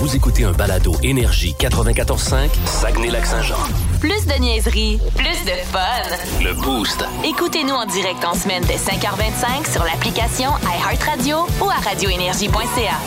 Vous écoutez un balado Énergie 94.5, Saguenay-Lac-Saint-Jean. Plus de niaiserie, plus de fun. Le Boost. Écoutez-nous en direct en semaine dès 5h25 sur l'application iHeartRadio ou à radioénergie.ca.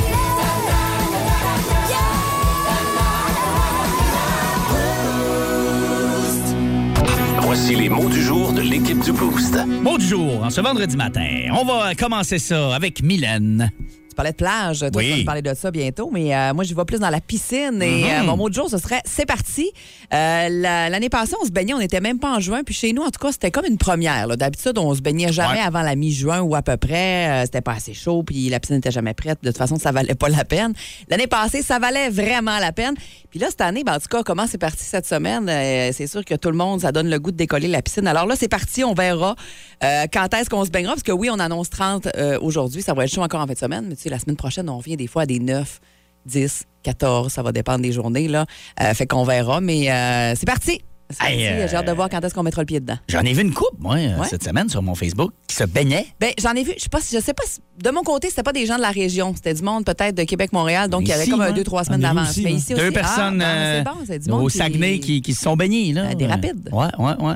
Voici les mots du jour de l'équipe du Boost. Bon du jour, en ce vendredi matin, on va commencer ça avec Mylène. Tu parlais de plage, toi, Oui. tu vas nous parler de ça bientôt, mais euh, moi, j'y vais plus dans la piscine. Et Mm-hmm. euh, mon mot de jour, ce serait c'est parti. Euh, la- L'année passée, on se baignait, on n'était même pas en juin, puis chez nous, en tout cas, c'était comme une première. là. D'habitude, on se baignait jamais Ouais. avant la mi-juin ou à peu près. Euh, c'était pas assez chaud, puis la piscine n'était jamais prête. De toute façon, ça valait pas la peine. L'année passée, ça valait vraiment la peine. Puis là, cette année, ben, en tout cas, comment c'est parti cette semaine, euh, c'est sûr que tout le monde, ça donne le goût de décoller la piscine. Alors là, c'est parti, on verra euh, quand est-ce qu'on se baignera, parce que oui, on annonce 30 euh, aujourd'hui, ça va être chaud encore en fin de semaine, mais tu sais, la semaine prochaine, on revient des fois à des 9, 10, 14, ça va dépendre des journées, là. Euh, fait qu'on verra, mais euh, c'est parti! C'est parti, Hey, euh, J'ai hâte de voir quand est-ce qu'on mettra le pied dedans. J'en ai vu une coupe, moi, euh, Ouais. cette semaine sur mon Facebook, qui se baignait. Ben, j'en ai vu, je sais pas, si- je sais pas, si- de mon côté, c'était pas des gens de la région, c'était du monde peut-être de Québec-Montréal, donc il y avait Ici, comme un moi. 2 trois semaines On est vu d'avance. ici, Mais moi. ici Deux aussi, ah, personnes non, mais euh, c'est bon, c'est du monde au qui- Saguenay qui, qui se sont baignés. Là. Euh, des rapides. Ouais, ouais, ouais.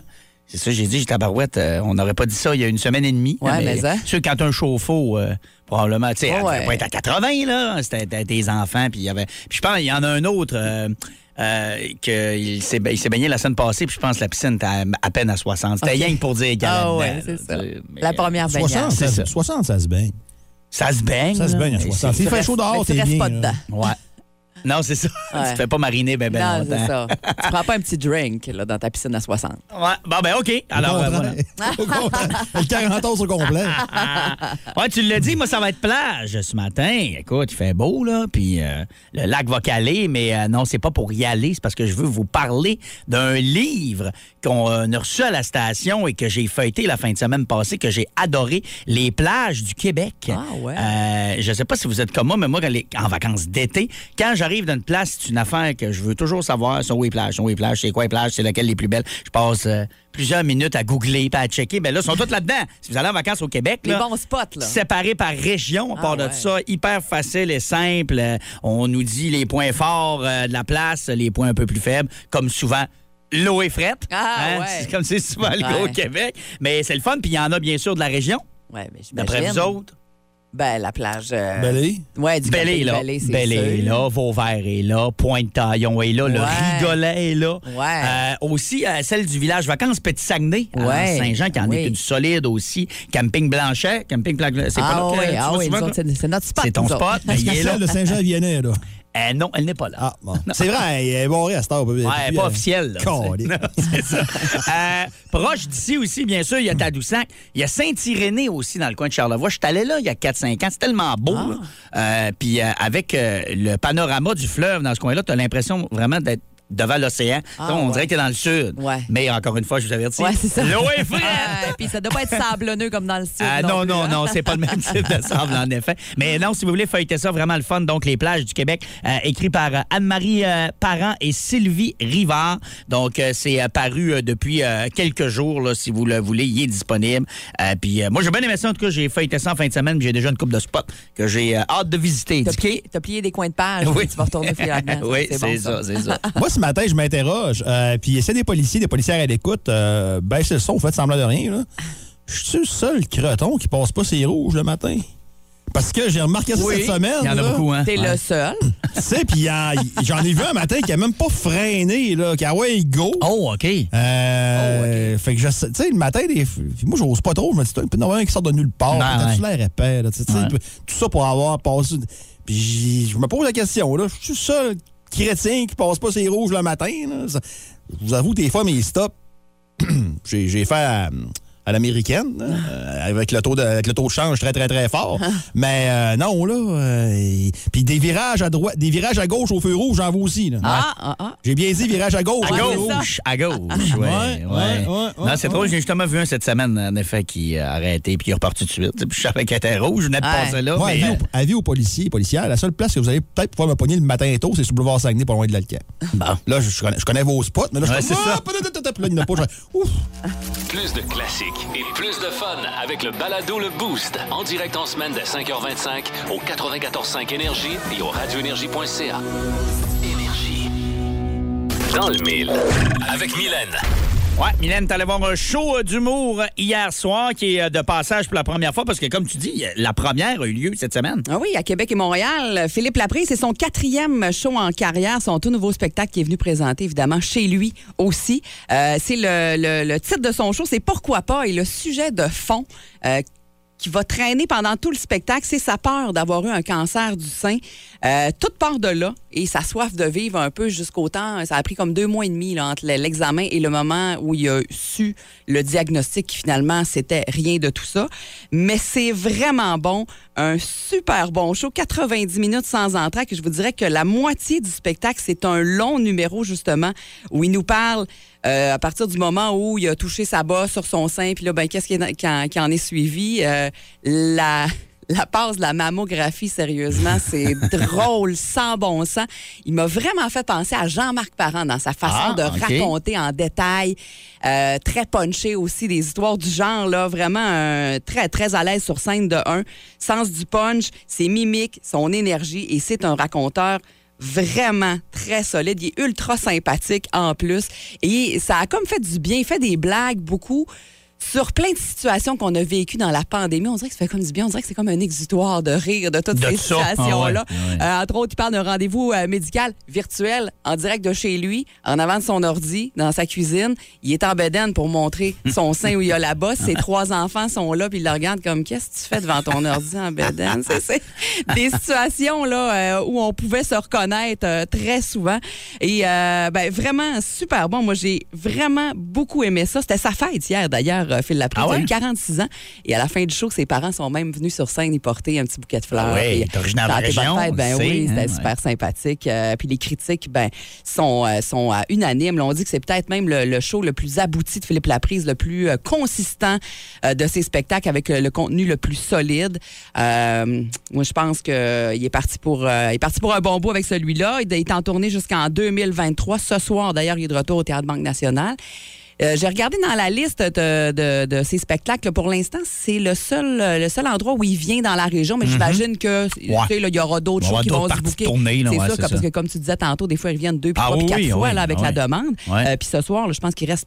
C'est ça, j'ai dit, j'ai tabarouette, euh, on n'aurait pas dit ça il y a une semaine et demie. Ah, Ouais, là, mais ça. tu sais, quand un chauffe-eau, euh, probablement, tu sais, elle Ouais, devait ouais. pas être à 80, là. C'était c'était des enfants, puis il y avait. Puis je pense, il y en a un autre. euh, euh, que il s'est ba- il s'est baigné la semaine passée, puis je pense que la piscine était à, à peine à 60. C'était Ok. rien que pour dire qu'il y Ah avait ouais, dedans, c'est là, ça. tu sais, mais, La première baignade. 60, Ben, C'est ça. ça, 60, ça se baigne. Ça se baigne. Ça se là. baigne à Et 60. c'est- S'il fait chaud Mais dehors, tu c'est restes bien. hein. pas là. dedans. Ouais. Non, c'est ça. Ouais. tu fais pas mariner ben, ben non, longtemps. c'est ça. tu prends pas un petit drink là, dans ta piscine à 60. Ouais. Bon, ben, OK. Alors, Au euh, contraire. voilà. Au contraire. Le 40 ans au complet. Ah, Ouais, tu l'as dit, moi, ça va être plage ce matin. Écoute, il fait beau, là, puis euh, le lac va caler, mais euh, non, c'est pas pour y aller, c'est parce que je veux vous parler d'un livre qu'on euh, a reçu à la station et que j'ai feuilleté la fin de semaine passée, que j'ai adoré, Les plages du Québec. Ah, ouais. Euh, je sais pas si vous êtes comme moi, mais moi, quand les- en vacances d'été, quand j'arrive d'une place, c'est une affaire que je veux toujours savoir, sont où les plages, sont où les plages, c'est quoi les plages, c'est laquelle les plus belles. Je passe... euh, plusieurs minutes à googler, puis à checker. Ben là, ils sont tous là-dedans. Si vous allez en vacances au Québec, Les là, bons spots, là. séparé par région. À Ah, part de ouais. ça, hyper facile et simple. Euh, On nous dit les points forts euh, de la place, les points un peu plus faibles, comme souvent. L'eau est frette. hein? Ah, ouais. C'est comme c'est souvent le cas au Ouais. Québec. Mais c'est le fun. Puis il y en a bien sûr de la région, Ouais, mais j'imagine. d'après vous autres. Ben, la plage. euh, Belé. Ouais, du Belle côté est de là. Belley, c'est Belle est sûr. là. Vauvert est là. Pointe-Taillon est là. Le Ouais. Rigolet est là. Ouais. Euh, aussi, euh, celle du village vacances Petit-Saguenay, à Ouais. Ah Saint-Jean, qui en Oui. est une solide aussi. Camping Blanchet. Camping Blanchet. C'est Ah pas là que oui, tu ah vas oui, souvent, nous toi? autres, c'est c'est notre spot. C'est ton nous autres. spot. mais Est-ce il que est là. celle de Saint-Jean viennet, là? Euh, non, elle n'est pas là. Ah, bon. C'est vrai, elle est barrée à cette heure. Ouais, elle n'est euh, pas officielle. là, tu sais. Calé. Non, c'est ça. Euh, proche d'ici aussi, bien sûr, il y a Tadoussac. Il y a Saint-Irénée aussi dans le coin de Charlevoix. Je suis allé là il y a 4-5 ans. C'est tellement beau. Ah. là. Euh, Puis euh, avec euh, le panorama du fleuve dans ce coin-là, tu as l'impression vraiment d'être devant l'océan. Ah, on ouais. dirait que tu dans le sud. Ouais. Mais encore une fois, je vous avertis, Ouais, c'est ça. l'eau est fraîche. Ouais, Puis ça doit pas être sablonneux comme dans le sud. Ah, non, plus, non, hein. non, c'est pas le même type de sable, en effet. Mais non, si vous voulez feuilleter ça, vraiment le fun. Donc, Les plages du Québec, euh, écrit par euh, Anne-Marie euh, Parent et Sylvie Rivard. Donc, euh, c'est euh, paru euh, depuis euh, quelques jours, là, si vous le voulez. Il est disponible. Euh, puis, euh, moi, j'ai bien aimé ça. En tout cas, j'ai feuilleté ça en fin de semaine. puis J'ai déjà une coupe de spots que j'ai euh, hâte de visiter. T'as Du Quai- plié, t'as plié des coins de page. Oui. puis Tu vas retourner fouiller là-dedans. Oui, Ah, bon, c'est ça, c'est ça. Moi, ce matin, je m'interroge. euh, puis, essaie des policiers, des policières à l'écoute. Euh, baissez le son, faites semblant de rien. Là. Je suis le seul creton qui passe pas ses rouges le matin. Parce que j'ai remarqué ça Oui, cette semaine. Il y en a là. beaucoup, hein? T'es Ouais. le seul. Tu sais, puis il y a- j'en ai vu un matin qui a même pas freiné, là, qui a ouais, go. Oh, OK. Oh, Euh, Fait que je sais, tu sais, le matin, des, puis moi, j'ose pas trop. Je me dis, il y en a un qui sort de nulle Ouais, part. Ben T'as-tu ouais. l'air épais, là, tu sais, tu sais, Ouais. puis Tout ça pour avoir passé. Puis j'y- je me pose la question, là. Je suis le seul chrétien qui passe pas ses rouges le matin, là. Ça- je vous avoue, des fois, mes stops, j'ai j'ai fait à, à l'américaine, là, Ah. euh, avec, le taux de, avec le taux de change très, très, très fort. Mais euh, non, là. euh, et- puis des virages à droite, des virages à gauche au feu rouge, j'en vois aussi, là. Ah, ah, ah. J'ai bien dit virage à gauche. À au feu rouge. gauche, à gauche, ouais, ouais, Ouais, ouais, ouais, Non, c'est ouais. drôle, j'ai justement vu un cette semaine, en effet, qui a arrêté puis qui est reparti tout de suite. Puis je savais qu'elle était rouge, je venais de Ouais. passer là, Ouais, mais... avis, aux, avis aux policiers et policières, la seule place que vous allez peut-être pouvoir me pogner le matin tôt, c'est sur le boulevard Saguenay, pas loin de l'Alcan. Bon. Là, je, je connais, je connais vos spots, mais là, je Ouais, suis c'est comme, ça. Ah, peut-être, peut-être, peut-être. Puis là, il n'y en a pas. je fais, Ouf! Plus de classiques Québec et plus de fun avec le balado Le Boost. En direct en semaine dès 5h25 au 94.5 Énergie et au radioénergie.ca. Énergie. Dans le mille. Avec Mylène. euh, Ouais, Mylène, t'allais voir un show euh, d'humour euh, hier soir qui est euh, de passage pour la première fois parce que, comme tu dis, euh, la première a eu lieu cette semaine. Ah oui, à Québec et Montréal, Philippe Laprise, c'est son quatrième show en carrière, son tout nouveau spectacle qui est venu présenter évidemment chez lui aussi. Euh, c'est le, le- le titre de son show, c'est Pourquoi pas et le sujet de fond. euh, qui va traîner pendant tout le spectacle, c'est sa peur d'avoir eu un cancer du sein. Euh, toute part de là et sa soif de vivre un peu jusqu'au temps. Ça a pris comme deux mois et demi là, entre l'examen et le moment où il a su le diagnostic qui finalement c'était rien de tout ça. Mais c'est vraiment bon, un super bon show, 90 minutes sans entraque. Et Je vous dirais que la moitié du spectacle, c'est un long numéro justement où il nous parle euh, à partir du moment où il a touché sa bosse sur son sein, puis là, ben, qu'est-ce qui, est- qui en, qui en est suivi? Euh, la. La passe de la mammographie, sérieusement, c'est drôle, sans bon sens. Il m'a vraiment fait penser à Jean-Marc Parent dans sa façon Ah, de ok. raconter en détail, euh, très punché aussi, des histoires du genre, là, vraiment un très, très à l'aise sur scène de un. Sens du punch, ses mimiques, son énergie, et c'est un raconteur vraiment très solide. Il est ultra sympathique en plus. Et ça a comme fait du bien. Il fait des blagues beaucoup sur plein de situations qu'on a vécues dans la pandémie. On dirait que ça fait comme du bien. On dirait que c'est comme un exutoire de rire de toutes De ces ça. Ah ouais, situations-là. ouais. Euh, entre autres, il parle d'un rendez-vous euh, médical virtuel en direct de chez lui, en avant de son ordi, dans sa cuisine. Il est en bedaine pour montrer son sein où il y a la bosse. Ses trois enfants sont là, puis ils le regardent comme Qu'est-ce que tu fais devant ton ordi en bedaine Ça, C'est des situations là, euh, où on pouvait se reconnaître euh, très souvent. Et euh, ben, vraiment super bon. Moi, j'ai vraiment beaucoup aimé ça. C'était sa fête hier, d'ailleurs, euh, Phil Laprise. Ah ouais? Il a eu 46 ans. Et à la fin du show, ses parents sont même venus sur scène y porter un petit bouquet de fleurs. Ah ouais, Puis, il est originaire de la ça a été région, bonne fête, ben on le sait, oui, hein, c'était ouais. super sympathique. Euh, puis les critiques ben, sont, euh, sont euh, unanimes. Là, on dit que c'est peut-être même le, le show le plus abouti de Philippe Laprise, le plus euh, consistant euh, de ses spectacles avec euh, le contenu le plus solide. Euh, moi, je pense qu'il est, parti pour, euh, il est parti pour un bon bout avec celui-là. Il est en tournée jusqu'en 2023. Ce soir, d'ailleurs, il est de retour au Théâtre Banque Nationale. Euh, J'ai regardé dans la liste de, de- de ces spectacles. là, Pour l'instant, c'est le seul, euh, le seul endroit où il vient dans la région, mais j'imagine que tu sais, là, il y aura d'autres Il va y choses qui avoir vont d'autres se parties de bouquer. tournée, là, C'est ouais, sûr, c'est que- parce ça. que comme tu disais tantôt, des fois, ils reviennent deux, puis Ah trois, puis oui, quatre fois oui, là, avec ah la oui. demande. Ouais. Euh, puis ce soir, là, je pense qu'il reste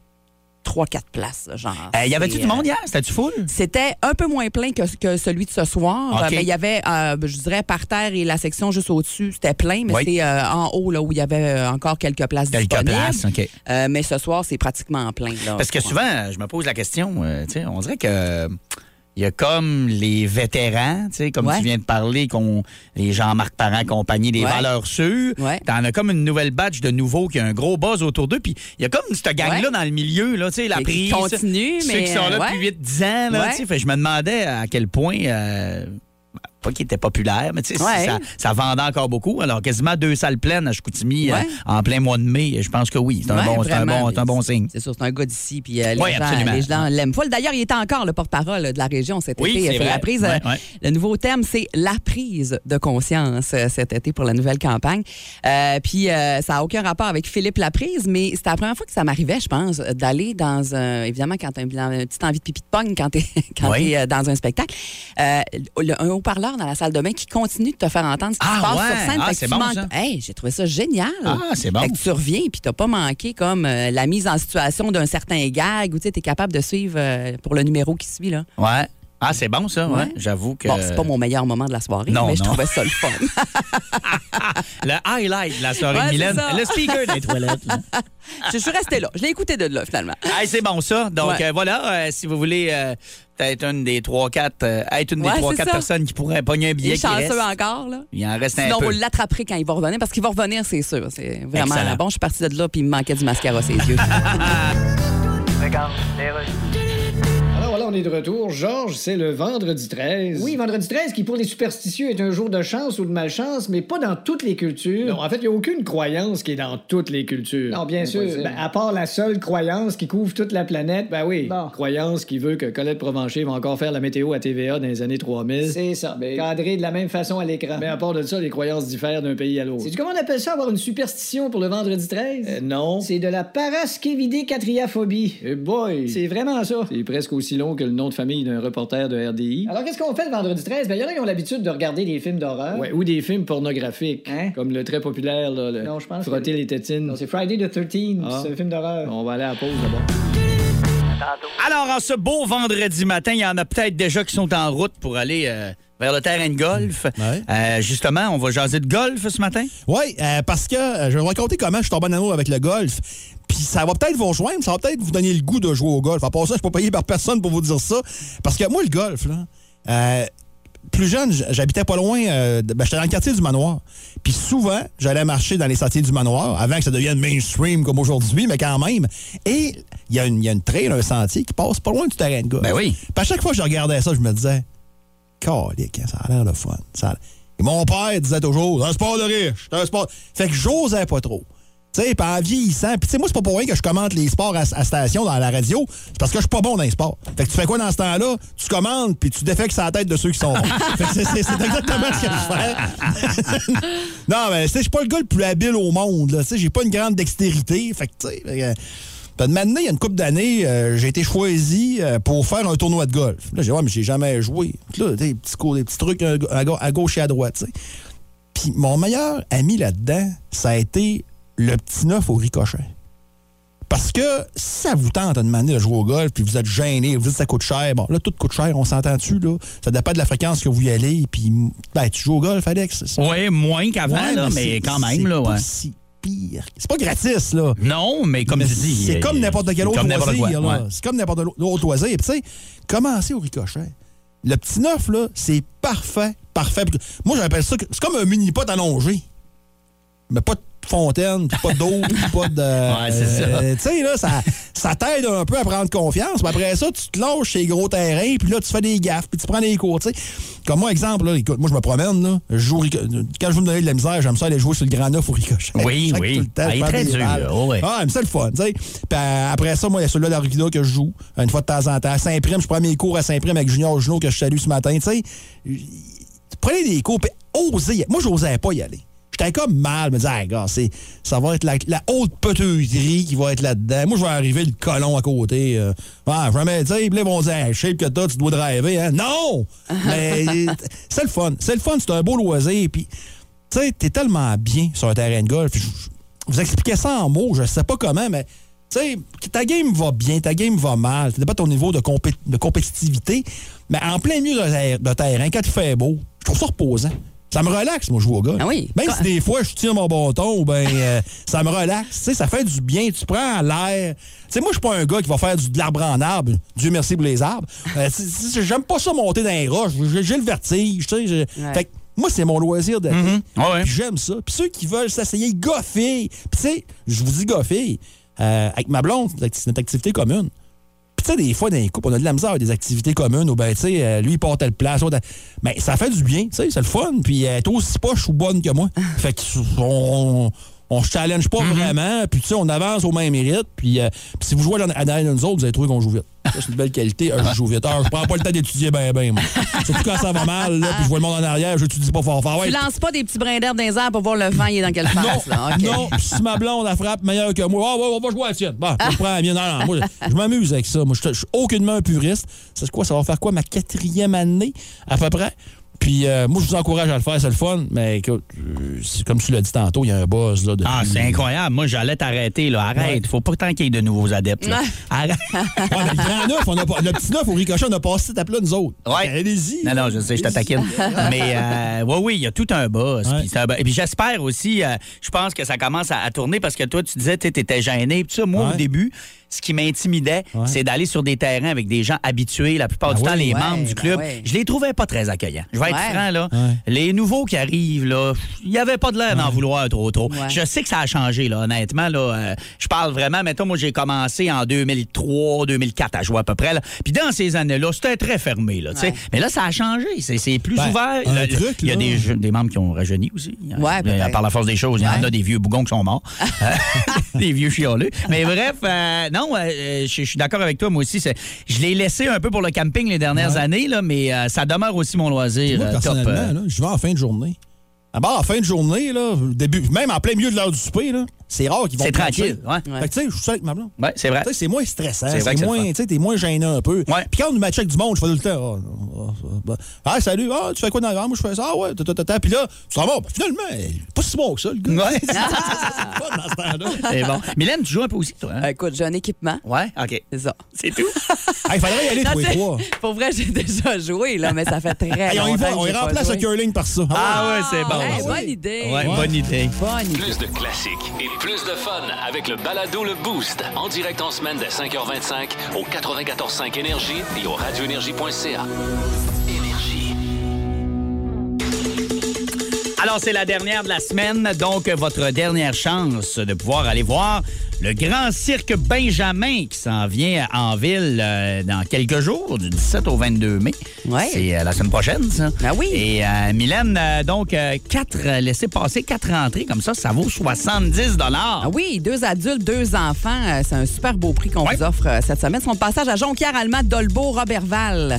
trois, quatre places. là, Genre, Il Euh, y avait-tu C'est, euh, du monde hier? C'était-tu full? c'était un peu moins plein que, que celui de ce soir. OK. Euh, mais il y avait, euh, je dirais, par terre et la section juste au-dessus, c'était plein, mais Oui. c'est euh, en haut là, où il y avait euh, encore quelques places Quelques disponibles. places, OK. Euh, mais ce soir, c'est pratiquement plein. là. Parce que Ouais. souvent, je me pose la question, euh, tu sais, on dirait que euh, il y a comme les vétérans, tu sais, comme Ouais. tu viens de parler, qu'on les Jean-Marc Parent, compagnie, des Ouais. valeurs sûres. Ouais. T'en as comme une nouvelle batch de nouveaux qui a un gros buzz autour d'eux. Puis il y a comme cette gang-là Ouais. dans le milieu, là, tu sais, la Et qui prise. continue, ceux mais, qui sont là euh, ouais. depuis 8-10 ans, là, Ouais. tu sais. Fait que je me demandais à quel point. euh, pas qu'il était populaire, mais tu sais, Ouais. ça, ça vendait encore beaucoup. Alors, quasiment deux salles pleines à Chicoutimi euh, Ouais. en plein mois de mai. Je pense que oui, c'est un, Ouais, bon, c'est un, vraiment. bon, c'est un bon signe. C'est sûr, c'est un gars d'ici, puis euh, les, Oui, gens, absolument. les gens l'aiment. Paul, D'ailleurs, il était encore le porte-parole de la région cet Oui, été. c'est Phil vrai. Laprise. Ouais, Euh, ouais. Le nouveau thème, c'est la prise de conscience euh, cet été pour la nouvelle campagne. Euh, puis euh, ça n'a aucun rapport avec Philippe Laprise, mais c'était la première fois que ça m'arrivait, je pense, euh, d'aller dans un... Évidemment, quand tu as un, bilan- une petite envie de pipi de pogne quand tu quand Oui. t'es, euh, dans un spectacle, euh, le- un haut-parleur dans la salle de bain qui continue de te faire entendre ce qui Ah, se passe ouais. sur scène. Ah, Fait que c'est tu bon, manques- ça. Hey, j'ai trouvé ça génial. Ah, c'est bon. Fait que tu reviens puis t'as pas manqué comme euh, la mise en situation d'un certain gag ou tu es capable de suivre euh, pour le numéro qui suit là. Ouais. Ah, c'est bon, ça, ouais. Ouais. J'avoue que. Bon, c'est pas mon meilleur moment de la soirée, Non, mais je non. trouvais ça le fun. Le highlight de la soirée Ouais, de Mylène. c'est ça. Le speaker des toilettes. là. je suis restée là. Je l'ai écouté de là finalement. Hey, c'est bon, ça. Donc, Ouais. euh, voilà, euh, si vous voulez euh, peut-être une des trois, quatre, euh, être une Ouais, des trois, c'est quatre ça. personnes qui pourraient pogner un Il billet est qui reste. chanceux encore là. Il en reste Sinon, un vous peu. l'attraperez quand il va revenir, parce qu'il va revenir, c'est sûr. C'est vraiment Excellent. bon. Je suis partie de là, puis il me manquait du mascara, ses yeux. Alors voilà, on on est de retour. Georges, c'est le vendredi 13. Oui, vendredi 13, qui pour les superstitieux est un jour de chance ou de malchance, mais pas dans toutes les cultures. Non, en fait, il n'y a aucune croyance qui est dans toutes les cultures. Non, bien sûr. Impossible. Ben, à part la seule croyance qui couvre toute la planète, Ben oui, Bon. croyance qui veut que Colette Provencher va encore faire la météo à TVA dans les années 3000. c'est ça. Mais- Cadré de la même façon à l'écran. Mais à part de ça, les croyances diffèrent d'un pays à l'autre. C'est comment on appelle ça avoir une superstition pour le vendredi 13? Euh, non. C'est de la paraskevidécatriaphobie. Eh boy! C'est vraiment ça. C'est presque aussi long que le nom de famille d'un reporter de RDI. Alors, qu'est-ce qu'on fait le vendredi 13? Ben, il y en a qui ont l'habitude de regarder des films d'horreur. Ouais, ou des films pornographiques, Hein? comme le très populaire, là, le Non, je pense Frotter que- les tétines. Non, c'est Friday the 13th, Ah. c'est un film d'horreur. On va aller à la pause d'abord. Alors, en ce beau vendredi matin, il y en a peut-être déjà qui sont en route pour aller euh, vers le terrain de golf. Mmh. Ouais. Euh, justement, on va jaser de golf ce matin. Oui, euh, parce que euh, je vais vous raconter comment je suis tombé en amour avec le golf. Puis ça va peut-être vous rejoindre, ça va peut-être vous donner le goût de jouer au golf. En passant, je ne suis pas payé par personne pour vous dire ça. Parce que moi, le golf, là, euh, plus jeune, j- j'habitais pas loin, euh, de- ben, j'étais dans le quartier du manoir. Puis souvent, j'allais marcher dans les sentiers du manoir, avant que ça devienne mainstream comme aujourd'hui, mais quand même. Et il y, a une- il y a une trail, un sentier qui passe pas loin du terrain de golf. Ben oui. Puis à chaque fois que je regardais ça, je me disais, Calique, hein, ça a l'air de fun. Ça a- Et mon père disait toujours, c'est un sport de riche, c'est un sport. Fait que j'osais pas trop. Tu sais, puis en vieillissant, puis tu sais, moi, c'est pas pour rien que je commente les sports à, à station dans la radio, c'est parce que je suis pas bon dans les sports. Fait que tu fais quoi dans ce temps-là? Tu commandes, puis tu défectes sur la tête de ceux qui sont bons. Fait que c'est- c'est c'est exactement ce que je fais. non, mais tu sais, je suis pas le gars le plus habile au monde, là. Tu sais, j'ai pas une grande dextérité. Fait que, tu sais, fait que, puis maintenant, il y a une couple d'années, euh, j'ai été choisi euh, pour faire un tournoi de golf. Là, j'ai dit, ouais, mais j'ai jamais joué. Puis Là, des petits cours, des petits trucs euh, à, ga- à gauche et à droite, tu sais. Puis mon meilleur ami là-dedans, ça a été le petit neuf au ricochet. Parce que si ça vous tente une manière de jouer au golf, puis vous êtes gêné, vous dites que ça coûte cher, bon, là, tout coûte cher, on s'entend-tu, là? Ça dépend de la fréquence que vous y allez, puis, ben, tu joues au golf, Alex? C'est- Oui, moins qu'avant, Ouais, là, c'est- mais quand même. c'est Là, pas ouais. si pire. C'est pas gratis, là. Non, mais comme Mais tu dis. C'est euh, comme n'importe quel c'est autre comme n'importe loisir. quoi, là. ouais. C'est comme n'importe quel autre loisir. Puis, tu sais, commencer au ricochet. Le petit neuf, là, c'est parfait, parfait. Moi, j'appelle ça. que- C'est comme un mini-pot allongé. Mais pas de fontaine, puis pas d'eau, puis pas de. Ouais, c'est ça. euh, tu sais, là, ça, ça t'aide un peu à prendre confiance. Mais après ça, tu te lâches chez les gros terrains, puis là, tu fais des gaffes, puis tu prends des cours, tu sais. Comme moi, exemple, là, écoute, moi, je me promène, là. Je joue au rico- Quand je veux me donner de la misère, j'aime ça aller jouer sur le grand neuf au ricochet. Oui, Chaque- oui. tout le temps, Ah, Ben, je il est prends très des dur, balles. là, oh, ouais. Ah, mais c'est le fun, tu sais. Puis euh, après ça, moi, il y a celui-là d'Arvida que je joue une fois de temps en temps. À Saint-Prime, je prends mes cours à Saint-Prime avec Junior Junot que je salue ce matin, tu sais. Prenez des cours, puis osez. y aller. Moi, j'osais pas y aller. J'étais comme mal, me disais, ah, gars, c'est, ça va être la, la haute petuterie qui va être là-dedans. Moi, je vais arriver le colon à côté. euh, ah, jamais, tu sais, puis là, ils vont dire, Hey, shape que toi, tu dois driver, hein. Non! Mais euh, c'est le fun. C'est le fun, c'est un beau loisir, puis tu sais, t'es tellement bien sur un terrain de golf. Je- je- vous expliquez ça en mots, je sais pas comment, mais tu sais, que ta game va bien, ta game va mal. Ça dépend de ton niveau de, compé- de compétitivité. Mais en plein milieu de, ter- de terrain, quand tu fais beau, je trouve ça reposant. Ça me relaxe, moi, je joue au golf. Ah oui. Même Quand- si des fois, je tire mon bâton, ou ben, euh, ça me relaxe. Tu sais, ça fait du bien. Tu prends l'air. Tu sais, moi, je suis pas un gars qui va faire du, de l'arbre en arbre. Dieu merci pour les arbres. Euh, tu- tu sais, J'aime pas ça monter dans les roches. J'ai j'ai le vertige. Tu sais, je- Ouais. Fait que moi, c'est mon loisir de Ah ouais. puis j'aime ça. Puis ceux qui veulent s'essayer, goffer. Puis tu sais, je vous dis goffer. euh, avec ma blonde, c'est une acti- notre activité commune. Puis tu sais, des fois, dans les couples, on a de la misère, avec des activités communes. Ou ben, tu sais, euh, lui, il part telle place. l'autre, Mais ça fait du bien, tu sais, c'est le fun. Puis euh, t'es aussi poche ou bonne que moi. fait que on... on on se challenge pas vraiment, puis tu sais, on avance au même mérite. Puis euh, puis si vous jouez dans- à derrière nous autres, vous allez trouver qu'on joue vite. Ça, C'est une belle qualité. Ah, je joue vite. Ah, je prends pas le temps d'étudier ben ben, moi. Surtout quand ça va mal, là, puis je vois le monde en arrière, je dis pas fort fort. Ouais, Tu lances pas des petits brins d'herbe dans les airs pour voir le vent, il est dans quelle face, hein, là. OK. non, pis si ma blonde, elle frappe meilleure que moi, Ah ouais, on va jouer à la tienne. Bon, je prends la mienne. Non, non, moi, je m'amuse avec ça. Moi, je je suis aucunement un puriste. C'est quoi, ça va faire quoi, ma quatrième année, à peu près? Puis, euh, moi, je vous encourage à le faire, c'est le fun. Mais écoute, euh, c'est comme tu l'as dit tantôt, il y a un buzz, là. depuis- Ah, c'est incroyable. Moi, j'allais t'arrêter. là. Arrête. Mmh. Ouais. Faut pas tant qu'il y ait de nouveaux adeptes. là. Ouais. Arrête. Ouais, mais le grand neuf, on a pas- le petit neuf au ricochet, on a passé cette étape-là, nous autres. Ouais. Allez-y. Non, non, je sais, je te taquine. Mais oui, oui, il y a tout un boss. Ouais. Puis ça- Ben, Et puis j'espère aussi, euh, je pense que ça commence à, à tourner parce que toi, tu disais, tu étais gêné. Puis ça, moi, Ouais. au début, ce qui m'intimidait, Ouais. c'est d'aller sur des terrains avec des gens habitués, la plupart Ben du oui. temps, les Ouais, membres du ben club. ouais. Je les trouvais pas très accueillants. Je vais être Ouais. franc, là. Ouais. Les nouveaux qui arrivent, là, il n'y avait pas de l'air d'en vouloir trop, trop. Ouais. Je sais que ça a changé, là, honnêtement. Là, euh, je parle vraiment, mettons, moi, j'ai commencé en 2003, 2004 à jouer à peu près. là. Puis dans ces années-là, c'était très fermé, là, tu sais. Ouais. Mais là, ça a changé. C'est c'est plus Ben, ouvert. un Le- le- truc, Il y a là. des, jeux- des membres qui ont rajeuni aussi. Ouais, peut-être. par la force des choses, il y en Ouais. a des vieux bougons qui sont morts. Euh, des vieux chialeux. Mais bref, euh, non, euh, je je suis d'accord avec toi, moi aussi. c'est- Je l'ai laissé un peu pour le camping les dernières années, là, mais euh, ça demeure aussi mon loisir Moi, euh, top. personnellement, euh, là, je vais en fin de journée. D'abord, en fin de journée, là, début, même en plein milieu de l'heure du souper, là, c'est rare qu'ils vont C'est te tranquille, matcher. ouais. Fait que, tu sais, je suis seul avec ma blonde. Ouais, c'est vrai. Tu sais, c'est moins stressant. C'est vrai que C'est c'est moins, le fun. tu sais, t'es moins gênant un peu. Ouais. Puis quand on match avec du monde, je fais tout le temps. Ah, ah, bah, ah, salut, ah, tu fais quoi dans le grand? Moi, je fais ça. Ah, ouais, ta, ta, ta, ta. Puis là, tu te rends compte, finalement, il est pas si bon que ça, le gars. Ouais. C'est pas dans ce temps-là. c'est bon. Mylène, tu joues un peu aussi, toi? hein? Euh, écoute, j'ai un équipement. Ouais, OK. C'est ça. C'est tout. Hey, faudrait y aller, Non, tous les c'est- trois. Pour vrai, j'ai déjà joué, là, mais ça fait très Hey, on y va, longtemps on que y j'ai pas remplace le joué. curling par ça. Ah ouais, c'est bon. Hey, oui. Bonne idée. Ouais, bonne idée. Bonne idée. Plus de classiques et plus de fun avec le balado Le Boost. En direct en semaine dès 5h25 au 94.5 Énergie et au radioénergie.ca. Énergie. Alors, c'est la dernière de la semaine, donc euh, votre dernière chance de pouvoir aller voir le Grand Cirque Benjamin qui s'en vient en ville euh, dans quelques jours, du 17 au 22 mai. Ouais. C'est euh, la semaine prochaine, ça. Ah oui. Et euh, Mylène, euh, donc, euh, quatre, euh, laissez passer quatre entrées, comme ça, ça vaut 70 Ah oui, deux adultes, deux enfants. euh, C'est un super beau prix qu'on Ouais. vous offre euh, cette semaine. Son passage à Jonquière, Allemand, Dolbeau, Robertval.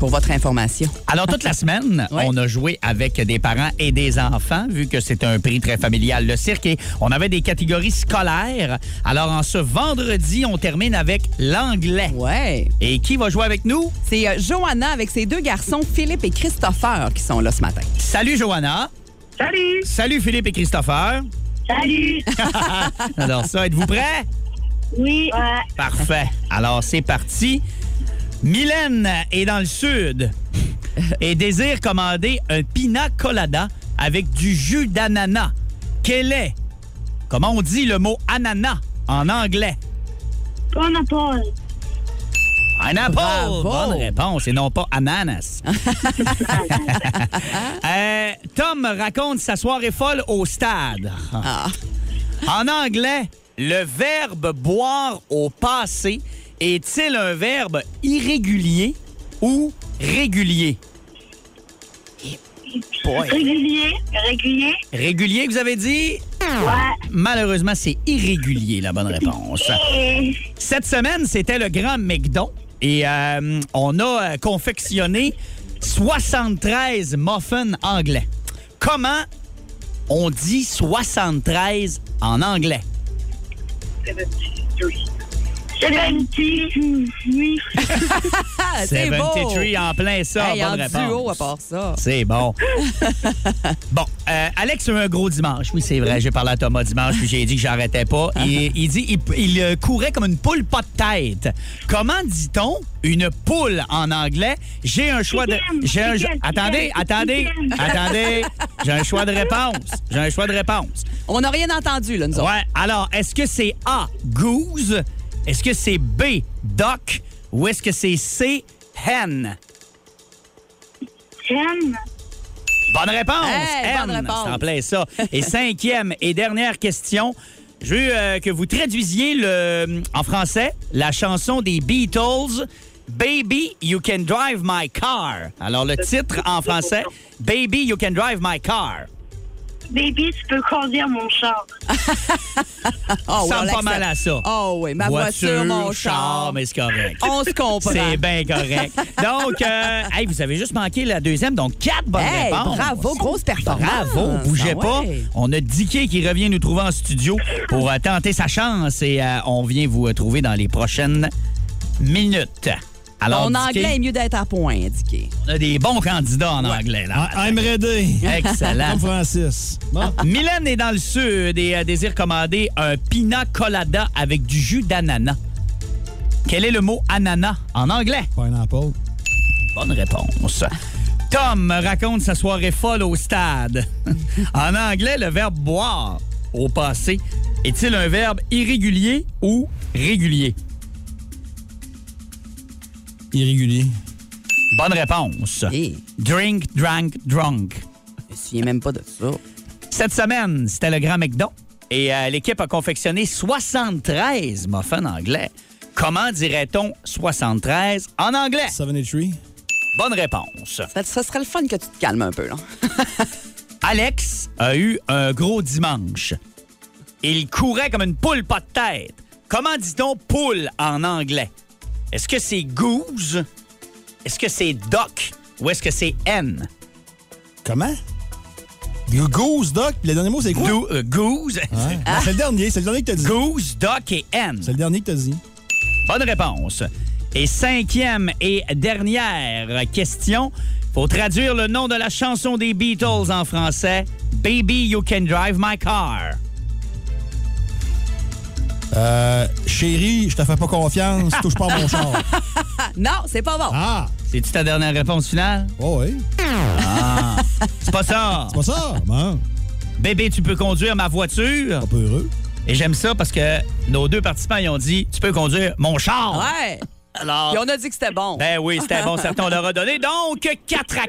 Pour votre information. Alors, toute la semaine, Ouais. on a joué avec des parents et des enfants, vu que c'est un prix très familial, le cirque, et on avait des catégories scolaires. Alors, en ce vendredi, on termine avec l'anglais. Ouais. Et qui va jouer avec nous? C'est euh, Johanna avec ses deux garçons, Philippe et Christopher, qui sont là ce matin. Salut, Johanna. Salut! Salut, Philippe et Christopher. Salut! Alors, ça, êtes-vous prêts? Oui, ouais. Parfait. Alors, c'est parti. Mylène est dans le sud et désire commander un pina colada avec du jus d'ananas. Quel est, comment on dit le mot ananas en anglais? on a pas. Un apple! Bravo! Bonne réponse, et non pas ananas. Euh, Tom raconte sa soirée folle au stade. En anglais, le verbe boire au passé est-il un verbe irrégulier ou régulier? Régulier, régulier. Régulier, vous avez dit? Malheureusement, c'est irrégulier, la bonne réponse. Et Cette semaine, c'était le grand McDon et euh, on a euh, confectionné 73 muffins anglais. Comment on dit 73 en anglais? 70, oui. Ah, c'est beau! 73 en plein ça, Hey, bonne en réponse. duo, à part ça. C'est bon. bon, euh, Alex a eu un gros dimanche. Oui, c'est vrai. J'ai parlé à Thomas dimanche, puis j'ai dit que j'arrêtais pas. Il, il dit il, il, euh, courait comme une poule pas de tête. Comment dit-on une poule en anglais? J'ai un choix de. Chicken, J'ai un, chicken, attendez, chicken, attendez, chicken. attendez. J'ai un choix de réponse. J'ai un choix de réponse. On n'a rien entendu, là, nous autres. Ouais, alors, est-ce que c'est A, goose? Est-ce que c'est B, duck? Ou est-ce que c'est C, hen? J'aime. Bonne réponse! Hey, bonne Anne, réponse. c'est en plein ça. Et cinquième et dernière question. Je veux euh, que vous traduisiez le, en français la chanson des Beatles, Baby, You Can Drive My Car. Alors, le titre en français, Baby, You Can Drive My Car. Baby, tu peux conduire mon char. Oh, Ça on ressemble pas l'accepte. mal à ça. Oh oui, ma voiture, mon char. mais c'est correct. On se comprend. C'est bien correct. Donc, euh, hey, vous avez juste manqué la deuxième, donc quatre bonnes Hey, réponses. bravo, grosse performance. Bravo, bougez Ah pas. ouais. On a Dicky qui revient nous trouver en studio pour euh, tenter sa chance et euh, on vient vous euh, trouver dans les prochaines minutes. Alors, Mon Dicky, anglais est mieux d'être à point, indiqué. on a des bons candidats en anglais. Là. Ah, I'm ready. Excellent. Comme Francis. Bon. Mylène est dans le sud et euh, désire commander un pina colada avec du jus d'ananas. Quel est le mot ananas en anglais? Pineapple. Bonne réponse. Tom raconte sa soirée folle au stade. en anglais, le verbe boire au passé est-il un verbe irrégulier ou régulier? Irrégulier. Bonne réponse. Hey, Drink, drank, drunk. je me souviens même pas de ça. Cette semaine, c'était le Grand McDo et euh, l'équipe a confectionné 73 muffins anglais. Comment dirait-on 73 en anglais? 73. Bonne réponse. Ça, Ben, ça serait le fun que tu te calmes un peu, là. Alex a eu un gros dimanche. Il courait comme une poule pas de tête. Comment dit-on poule en anglais? Est-ce que c'est goose? Est-ce que c'est duck? Ou est-ce que c'est N? Comment? Go- Goose, Doc, puis le dernier mot, c'est quoi? Do- euh, goose? Ouais. Ah. C'est le dernier, c'est le dernier que t'as dit. Goose, duck et N. C'est le dernier que t'as dit. Bonne réponse. Et cinquième et dernière question. Faut traduire le nom de la chanson des Beatles en français. Baby, you can drive my car. Euh, chérie, je te fais pas confiance, touche pas à mon char. Non, c'est pas bon. Ah! C'est-tu ta dernière réponse finale? Oh oui, C'est pas ça. pas ça! Bon, Bébé, tu peux conduire ma voiture. pas peu heureux. Et j'aime ça parce que nos deux participants, ils ont dit, tu peux conduire mon char. Ouais. Alors, Puis on a dit que c'était bon. ben oui, c'était bon, certain, on leur a donné. Donc, 4 à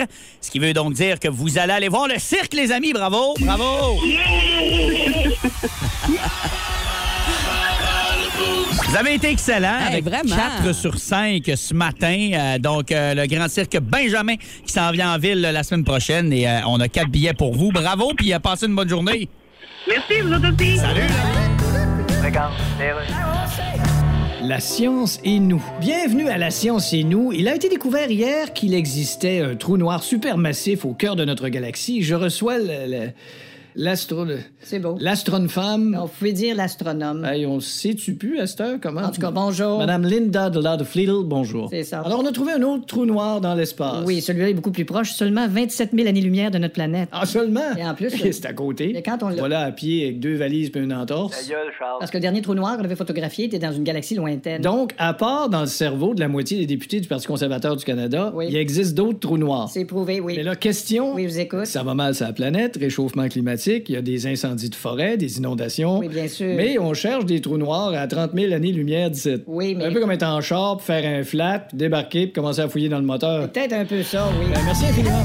4. Ce qui veut donc dire que vous allez aller voir le cirque, les amis. Bravo, bravo. Vous avez été excellent Hey, avec vraiment. 4 sur 5 ce matin. Euh, donc, euh, le grand cirque Benjamin qui s'en vient en ville euh, la semaine prochaine. Et euh, on a quatre billets pour vous. Bravo, puis euh, passez une bonne journée. Merci, vous autres aussi. La science et nous. Bienvenue à La science et nous. Il a été découvert hier qu'il existait un trou noir supermassif au cœur de notre galaxie. Je reçois le- le- l'astro... le- C'est beau. L'astrone femme. On pouvait dire l'astronome. Hey, on sait-tu plus à cette heure comment? En tout cas, bonjour. Madame Linda de Ladfliddle, bonjour. C'est ça. Alors, on a trouvé un autre trou noir dans l'espace. Oui, celui-là est beaucoup plus proche, seulement 27 000 années-lumière de notre planète. Ah, seulement? Et en plus, Hey, c'est à côté. mais quand on l'a- Voilà, à pied, avec deux valises puis une entorse. Parce que le dernier trou noir qu'on avait photographié était dans une galaxie lointaine. Donc, à part dans le cerveau de la moitié des députés du Parti conservateur du Canada, Oui. il existe d'autres trous noirs. c'est prouvé, oui. Mais la question... Oui, je vous écoute. Ça va mal sur la planète, réchauffement climatique, il y a des incendies de forêt, des inondations. Oui, bien sûr. Mais on cherche des trous noirs à 30 000 années-lumière d'ici. Oui, mais- Un peu comme être en char, puis faire un flat, puis débarquer, puis commencer à fouiller dans le moteur. Peut-être un peu ça, oui. Ben, merci infiniment.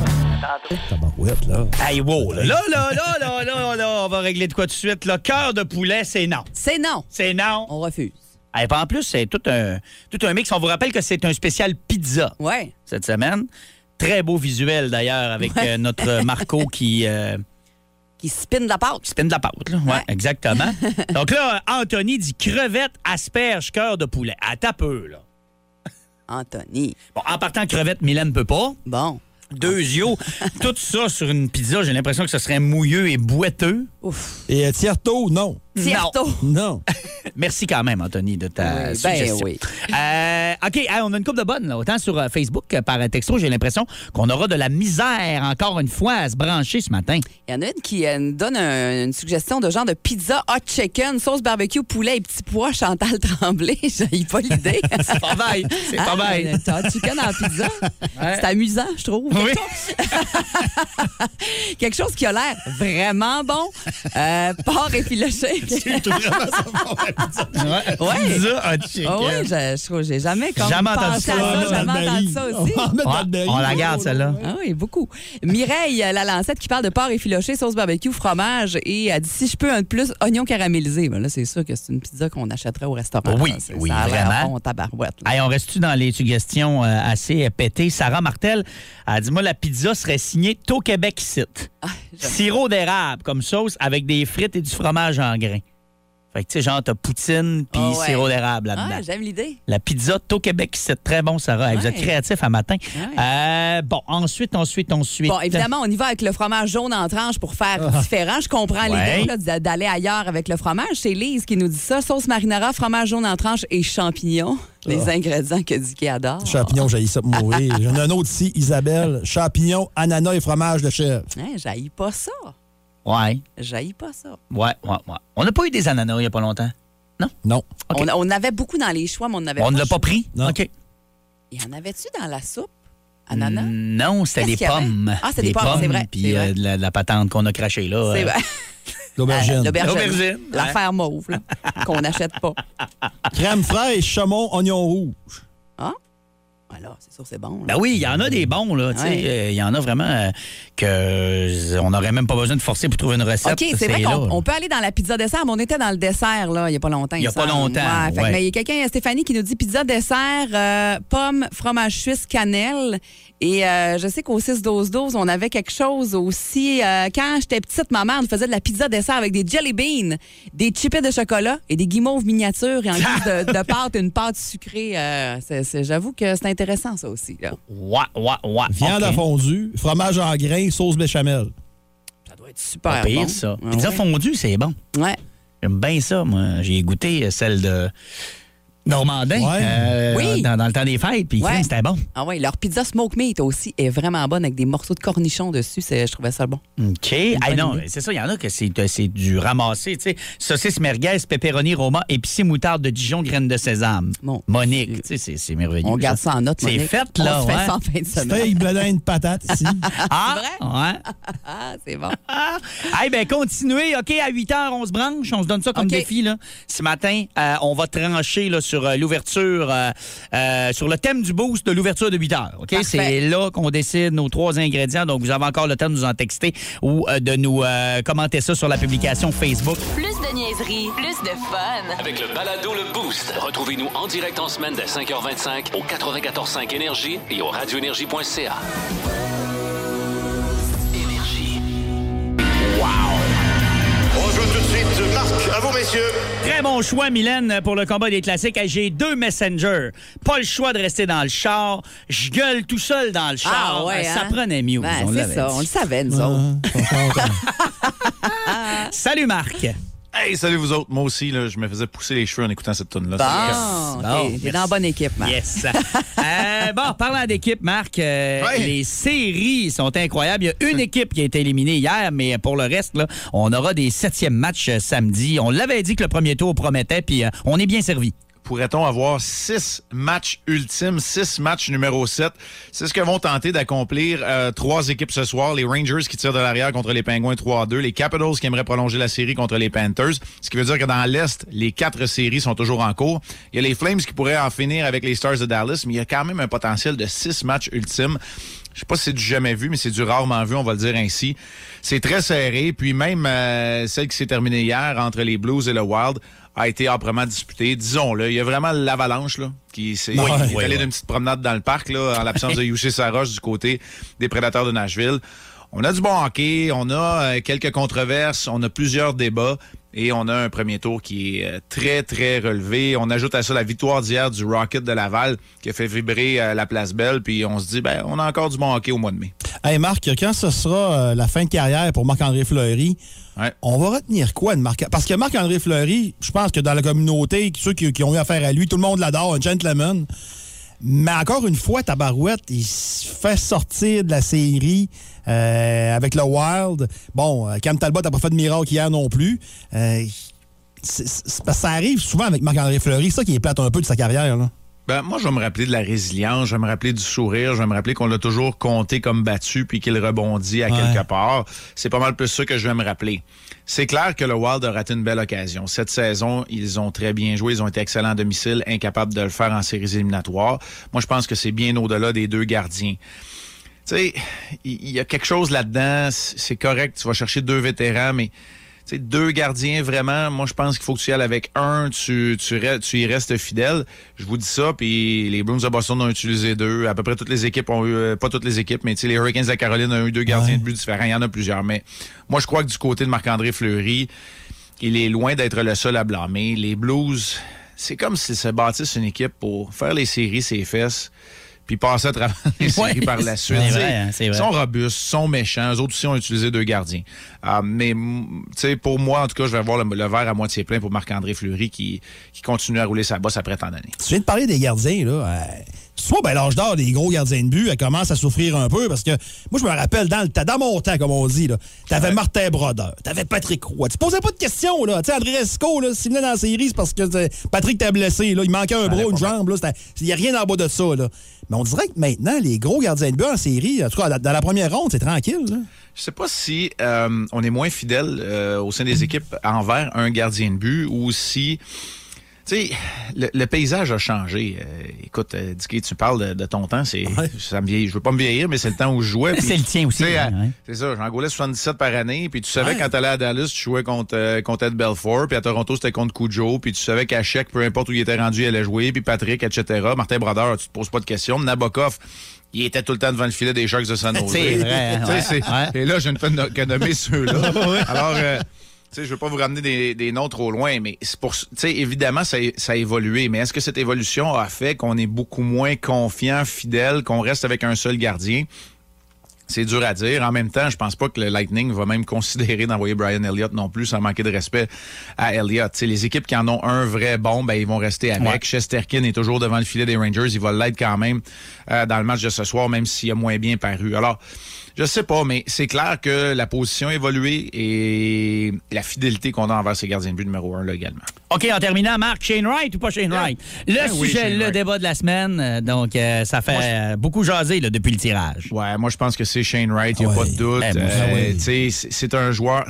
Tabarouette, là. Hey, wow, là, là, là, là, là, là, là, on va régler de quoi tout de suite. Le cœur de poulet, c'est non. C'est non. C'est non. On refuse. Et Eh, en plus, c'est tout un, tout un mix. On vous rappelle que c'est un spécial pizza Ouais. cette semaine. Très beau visuel, d'ailleurs, avec euh, notre Marco qui, euh, Qui spin de la qui pâte. spin de la pâte. là. Ouais, Ouais. exactement. Donc là, Anthony dit crevette, asperge, cœur de poulet. À ta peu, là. Anthony. Bon, en partant, crevette, Mylène peut pas. Bon. Deux yeux. tout ça sur une pizza, j'ai l'impression que ce serait mouilleux et boiteux. Ouf. Et euh, Tierto, non. Tierto. Non. Merci quand même, Anthony, de ta Oui, ben suggestion. oui. Euh, OK, hey, on a une coupe de bonnes, là. autant sur euh, Facebook que par euh, texto. J'ai l'impression qu'on aura de la misère encore une fois à se brancher ce matin. Il y en a une qui euh, nous donne un- une suggestion de genre de pizza hot chicken, sauce barbecue, poulet et petits pois, Chantal Tremblay. J'ai pas l'idée. C'est pas mal, c'est pas mal. Un hot chicken en pizza. C'est amusant, je trouve. Oui. Quelque chose qui a l'air vraiment bon. Euh, porc effiloché. Ouais. Pizza hot Ah oui, chicken. je, je trouve j'ai jamais comme hein. Jamais entendu pensé ça. Oh, à On va mettre ça. Jamais entendu ça aussi. Ah, Ouais, on la garde, celle-là. Ah oui, beaucoup. Mireille euh, la lancette qui parle de porc effiloché, sauce barbecue, fromage et elle dit si je peux un de plus, oignon caramélisé. Ben là, c'est sûr que c'est une pizza qu'on achèterait au restaurant. Oui, Ça, c'est- oui, ça a l'air vraiment. Bon, tabarouette. là. Hey, on reste-tu dans les suggestions euh, assez euh, pétées? Sarah Martel a dit Moi, la pizza serait signée Tôt Québec site. Sirop d'érable comme sauce avec des frites et du fromage en grains. Fait que, tu sais, genre, t'as poutine puis Ah ouais. sirop d'érable là-dedans. Ah, j'aime l'idée. La pizza Tôt Québec, c'est très bon, Sarah. Hey, Vous êtes Ouais. créatif à matin. Ouais. Euh, bon, ensuite, ensuite, ensuite. Bon, évidemment, on y va avec le fromage jaune en tranche pour faire différent. Je comprends Ah. Ouais. l'idée là, d'aller ailleurs avec le fromage. C'est Lise qui nous dit ça. Sauce marinara, fromage jaune en tranche et champignons. Ah. Les ingrédients que Dicky adore. Champignon, j'ai ça pour mourir. J'en ai un autre ici, Isabelle. Champignon, ananas et fromage de chèvre. Hein, j'haïs pas ça. Ouais, J'haïs pas ça. ouais, ouais, ouais. On n'a pas eu des ananas il n'y a pas longtemps. Non. OK. On, on avait beaucoup dans les choix, mais on n'avait On ne pas. l'a pas pris? Non. OK. Il y en avait-tu dans la soupe? Ananas? Non, c'était Qu'est-ce des qu'il y avait? pommes. Ah, c'était des pommes, c'est vrai, Puis c'est euh, vrai. de la, de la patente qu'on a crachée là. C'est euh, vrai. L'aubergine. Ah, L'aubergine. L'aubergine, ouais. L'affaire mauve, là, qu'on n'achète pas. Crème fraîche, chamon, oignon rouge. Ah? Voilà, c'est sûr, c'est bon. là. Ben oui, il y en a des bons, là. tu sais, euh, Il Ouais. y en a vraiment euh, que euh, on n'aurait même pas besoin de forcer pour trouver une recette. OK, c'est vrai là, qu'on là. on peut aller dans la pizza dessert, mais on était dans le dessert, là, il n'y a pas longtemps. Il y a pas semble. longtemps, Ouais, fait que, ouais. mais il y a quelqu'un, il y a Stéphanie, qui nous dit pizza dessert, euh, pommes, fromage suisse, cannelle. Et euh, je sais qu'au 6-12-12, on avait quelque chose aussi. Euh, quand j'étais petite, ma mère nous faisait de la pizza dessert avec des jelly beans, des chipettes de chocolat et des guimauves miniatures et en guise de, de pâte, une pâte sucrée. Euh, c'est- c'est- J'avoue que c'est intéressant, ça aussi. là. Ouais, ouais, ouais. Viande OK. à fondue, fromage en grains, sauce béchamel. Ça doit être Pas super pire, bon. ça. Ah Pizza ouais. fondue, c'est bon. Ouais. J'aime bien ça, moi. J'ai goûté euh, celle de Normandin Ouais. euh, Oui. dans, dans le temps des fêtes, puis Ouais. crime, c'était bon. Ah oui, leur pizza smoke meat aussi est vraiment bonne avec des morceaux de cornichons dessus. C'est- Je trouvais ça bon. OK. Ah bonne non, idée. c'est ça, il y en a que c'est euh, c'est du ramassé, tu sais. Saucisse merguez, pepperoni, roma, épicé, moutarde de Dijon, graines de sésame. Mon Monique, Dieu. tu sais, c'est- c'est merveilleux. On garde ça en note. C'est Monique. fait, là, On se fait ouais. ça en fin de semaine. Steak, bledin, de patate ici. Ah, C'est ouais. Ah, c'est bon. Ah, ben continuez. OK, à 8 h, on se branche. On se donne ça comme OK. défi. Là. Ce matin, euh, on va trancher là, sur euh, l'ouverture, euh, euh, sur le thème du boost de l'ouverture de 8 h. OK? Parfait. C'est là qu'on décide nos trois ingrédients. Donc, vous avez encore le temps de nous en texter ou euh, de nous euh, commenter ça sur la publication Facebook. Plus de niaiserie, plus de fun. Avec le balado Le Boost, retrouvez-nous en direct en semaine dès 5h25 au 94.5 Énergie et au radioénergie.ca. Énergie. Bonjour tout de suite, Marc, à vous messieurs. Très bon choix, Mylène, pour le combat des classiques. Hey, J'ai deux messengers. Pas le choix de rester dans le char. Je gueule tout seul dans le char. ça hein? prenait mieux. Ben, on l'avait c'est ça, dit. on le savait, nous autres. Ah, content. Salut, Marc. Hey, salut vous autres. Moi aussi, là, je me faisais pousser les cheveux en écoutant cette tonne là Bah. Bon, Bon, t'es- t'es yes. dans bonne équipe, Marc. Yes. Euh, bon, parlant d'équipe, Marc, euh, Ouais. les séries sont incroyables. Il y a une équipe qui a été éliminée hier, mais pour le reste, là, on aura des septièmes matchs euh, samedi. On l'avait dit que le premier tour promettait, puis euh, on est bien servi. Pourrait-on avoir six matchs ultimes, six matchs numéro 7? C'est ce que vont tenter d'accomplir euh, trois équipes ce soir. Les Rangers qui tirent de l'arrière contre les Penguins 3-2. Les Capitals qui aimeraient prolonger la série contre les Panthers. Ce qui veut dire que dans l'Est, les quatre séries sont toujours en cours. Il y a les Flames qui pourraient en finir avec les Stars de Dallas, mais il y a quand même un potentiel de six matchs ultimes. Je sais pas si c'est du jamais vu, mais c'est du rarement vu, on va le dire ainsi. C'est très serré. Puis même euh, celle qui s'est terminée hier entre les Blues et le Wild a été âprement disputée. Disons-le, il y a vraiment l'avalanche là, qui s'est Oui, qui est oui, allée oui. d'une petite promenade dans le parc là, en l'absence de Youssef Saroche du côté des Prédateurs de Nashville. On a du bon hockey, on a euh, quelques controverses, on a plusieurs débats et on a un premier tour qui est euh, très, très relevé. On ajoute à ça la victoire d'hier du Rocket de Laval qui a fait vibrer euh, la place belle. Puis on se dit, ben, on a encore du bon hockey au mois de mai. hey Marc, quand ce sera euh, la fin de carrière pour Marc-André Fleury, Ouais. on va retenir quoi de Marc Parce que Marc-André Fleury, je pense que dans la communauté, ceux qui, qui ont eu affaire à lui, tout le monde l'adore, un gentleman. Mais encore une fois, Tabarouette, il se fait sortir de la série euh, avec le Wild. Bon, euh, Cam Talbot n'a pas fait de miracle hier non plus. Euh, c'est- c'est- parce que ça arrive souvent avec Marc-André Fleury, ça qui est plate un peu de sa carrière. Là. Ben, moi, je vais me rappeler de la résilience, je vais me rappeler du sourire, je vais me rappeler qu'on l'a toujours compté comme battu puis qu'il rebondit à Ouais. quelque part. C'est pas mal plus ça que je vais me rappeler. C'est clair que le Wild a raté une belle occasion. Cette saison, ils ont très bien joué, ils ont été excellents à domicile, incapables de le faire en séries éliminatoires. Moi, je pense que c'est bien au-delà des deux gardiens. tu sais, il il y a quelque chose là-dedans, c- c'est correct, tu vas chercher deux vétérans, mais tu sais, deux gardiens, vraiment, moi, je pense qu'il faut que tu y ailles avec un, tu, tu, re- tu y restes fidèle. Je vous dis ça, puis les Bruins de Boston ont utilisé deux. À peu près toutes les équipes ont eu, euh, pas toutes les équipes, mais tu sais, les Hurricanes de la Caroline ont eu deux gardiens de but différents. Il y en a plusieurs, mais moi, je crois que du côté de Marc-André Fleury, il est loin d'être le seul à blâmer. Les Blues, c'est comme s'ils se bâtissent une équipe pour faire les séries, ses fesses, puis passer à travers les Ouais, séries par la suite. c'est Tu sais, vrai, hein, c'est vrai. Ils sont robustes, ils sont méchants. Eux autres aussi ont utilisé deux gardiens. Ah, mais mm, tu sais, pour moi, en tout cas, je vais avoir le, le verre à moitié plein pour Marc-André Fleury qui, qui continue à rouler sa bosse après tant d'années. Tu viens de parler des gardiens, là. Euh, soit ben, l'âge d'or des gros gardiens de but, elle commence à souffrir un peu parce que moi, je me rappelle, dans, le, temps- dans mon temps, comme on dit, là, t'avais Martin Brodeur, t'avais Patrick Roy. Tu posais pas de questions, là. Tu sais, André Esco, là, s'il venait dans la série, c'est parce que euh, Patrick t'a blessé, là. Il manquait un bras, une jambe, là. C'était- Il n'y a rien en bas de ça, là. Mais on dirait que maintenant, les gros gardiens de but en série, en tout cas, dans- dans la première ronde, c'est tranquille, là. Je sais pas si euh, on est moins fidèle euh, au sein des équipes envers un gardien de but ou si. Tu sais, le, le paysage a changé. Euh, écoute, euh, Dicky, tu parles de, de ton temps, c'est ça me vieillit. Je veux pas me vieillir, mais c'est le temps où je jouais. puis- C'est le tien aussi, tu sais, hein, euh, ouais. C'est ça, j'en goulais 77 par année, puis tu savais quand t'allais à Dallas, tu jouais contre, euh, contre Ed Belfort, puis à Toronto, c'était contre Cujo, puis tu savais qu'à chèque, peu importe où il était rendu, il allait jouer, puis Patrick, etc. Martin Brodeur, tu te poses pas de questions. Nabokov, il était tout le temps devant le filet des Sharks de San Jose. C'est vrai, hein, Tu sais, ouais, c'est- ouais. et là, je ne fais no- que nommer ceux-là. Alors, euh, tu sais, je veux pas vous ramener des, des noms trop loin, mais c'est pour, tu sais, évidemment, ça, a- ça a évolué. Mais est-ce que cette évolution a fait qu'on est beaucoup moins confiant, fidèle, qu'on reste avec un seul gardien? C'est dur à dire. En même temps, je pense pas que le Lightning va même considérer d'envoyer Brian Elliott non plus, sans manquer de respect à Elliott. Tu sais, les équipes qui en ont un vrai bon, ben, ils vont rester avec. Ouais. Chesterkin est toujours devant le filet des Rangers. Il va l'être quand même euh, dans le match de ce soir, même s'il a moins bien paru. Alors, je sais pas, mais c'est clair que la position a évolué et la fidélité qu'on a envers ses gardiens de but numéro un, là, également. OK, en terminant, Marc, Shane Wright ou pas Ah. Shane Wright? Le Ben oui, sujet, Shane le Wright. débat de la semaine. euh, Donc, euh, ça fait euh, beaucoup jaser là, depuis le tirage. Ouais, moi je pense que c'est Shane Wright, il n'y a Ouais. pas de doute. Ben, moi, Euh, ouais. tu sais, c'est c'est un joueur.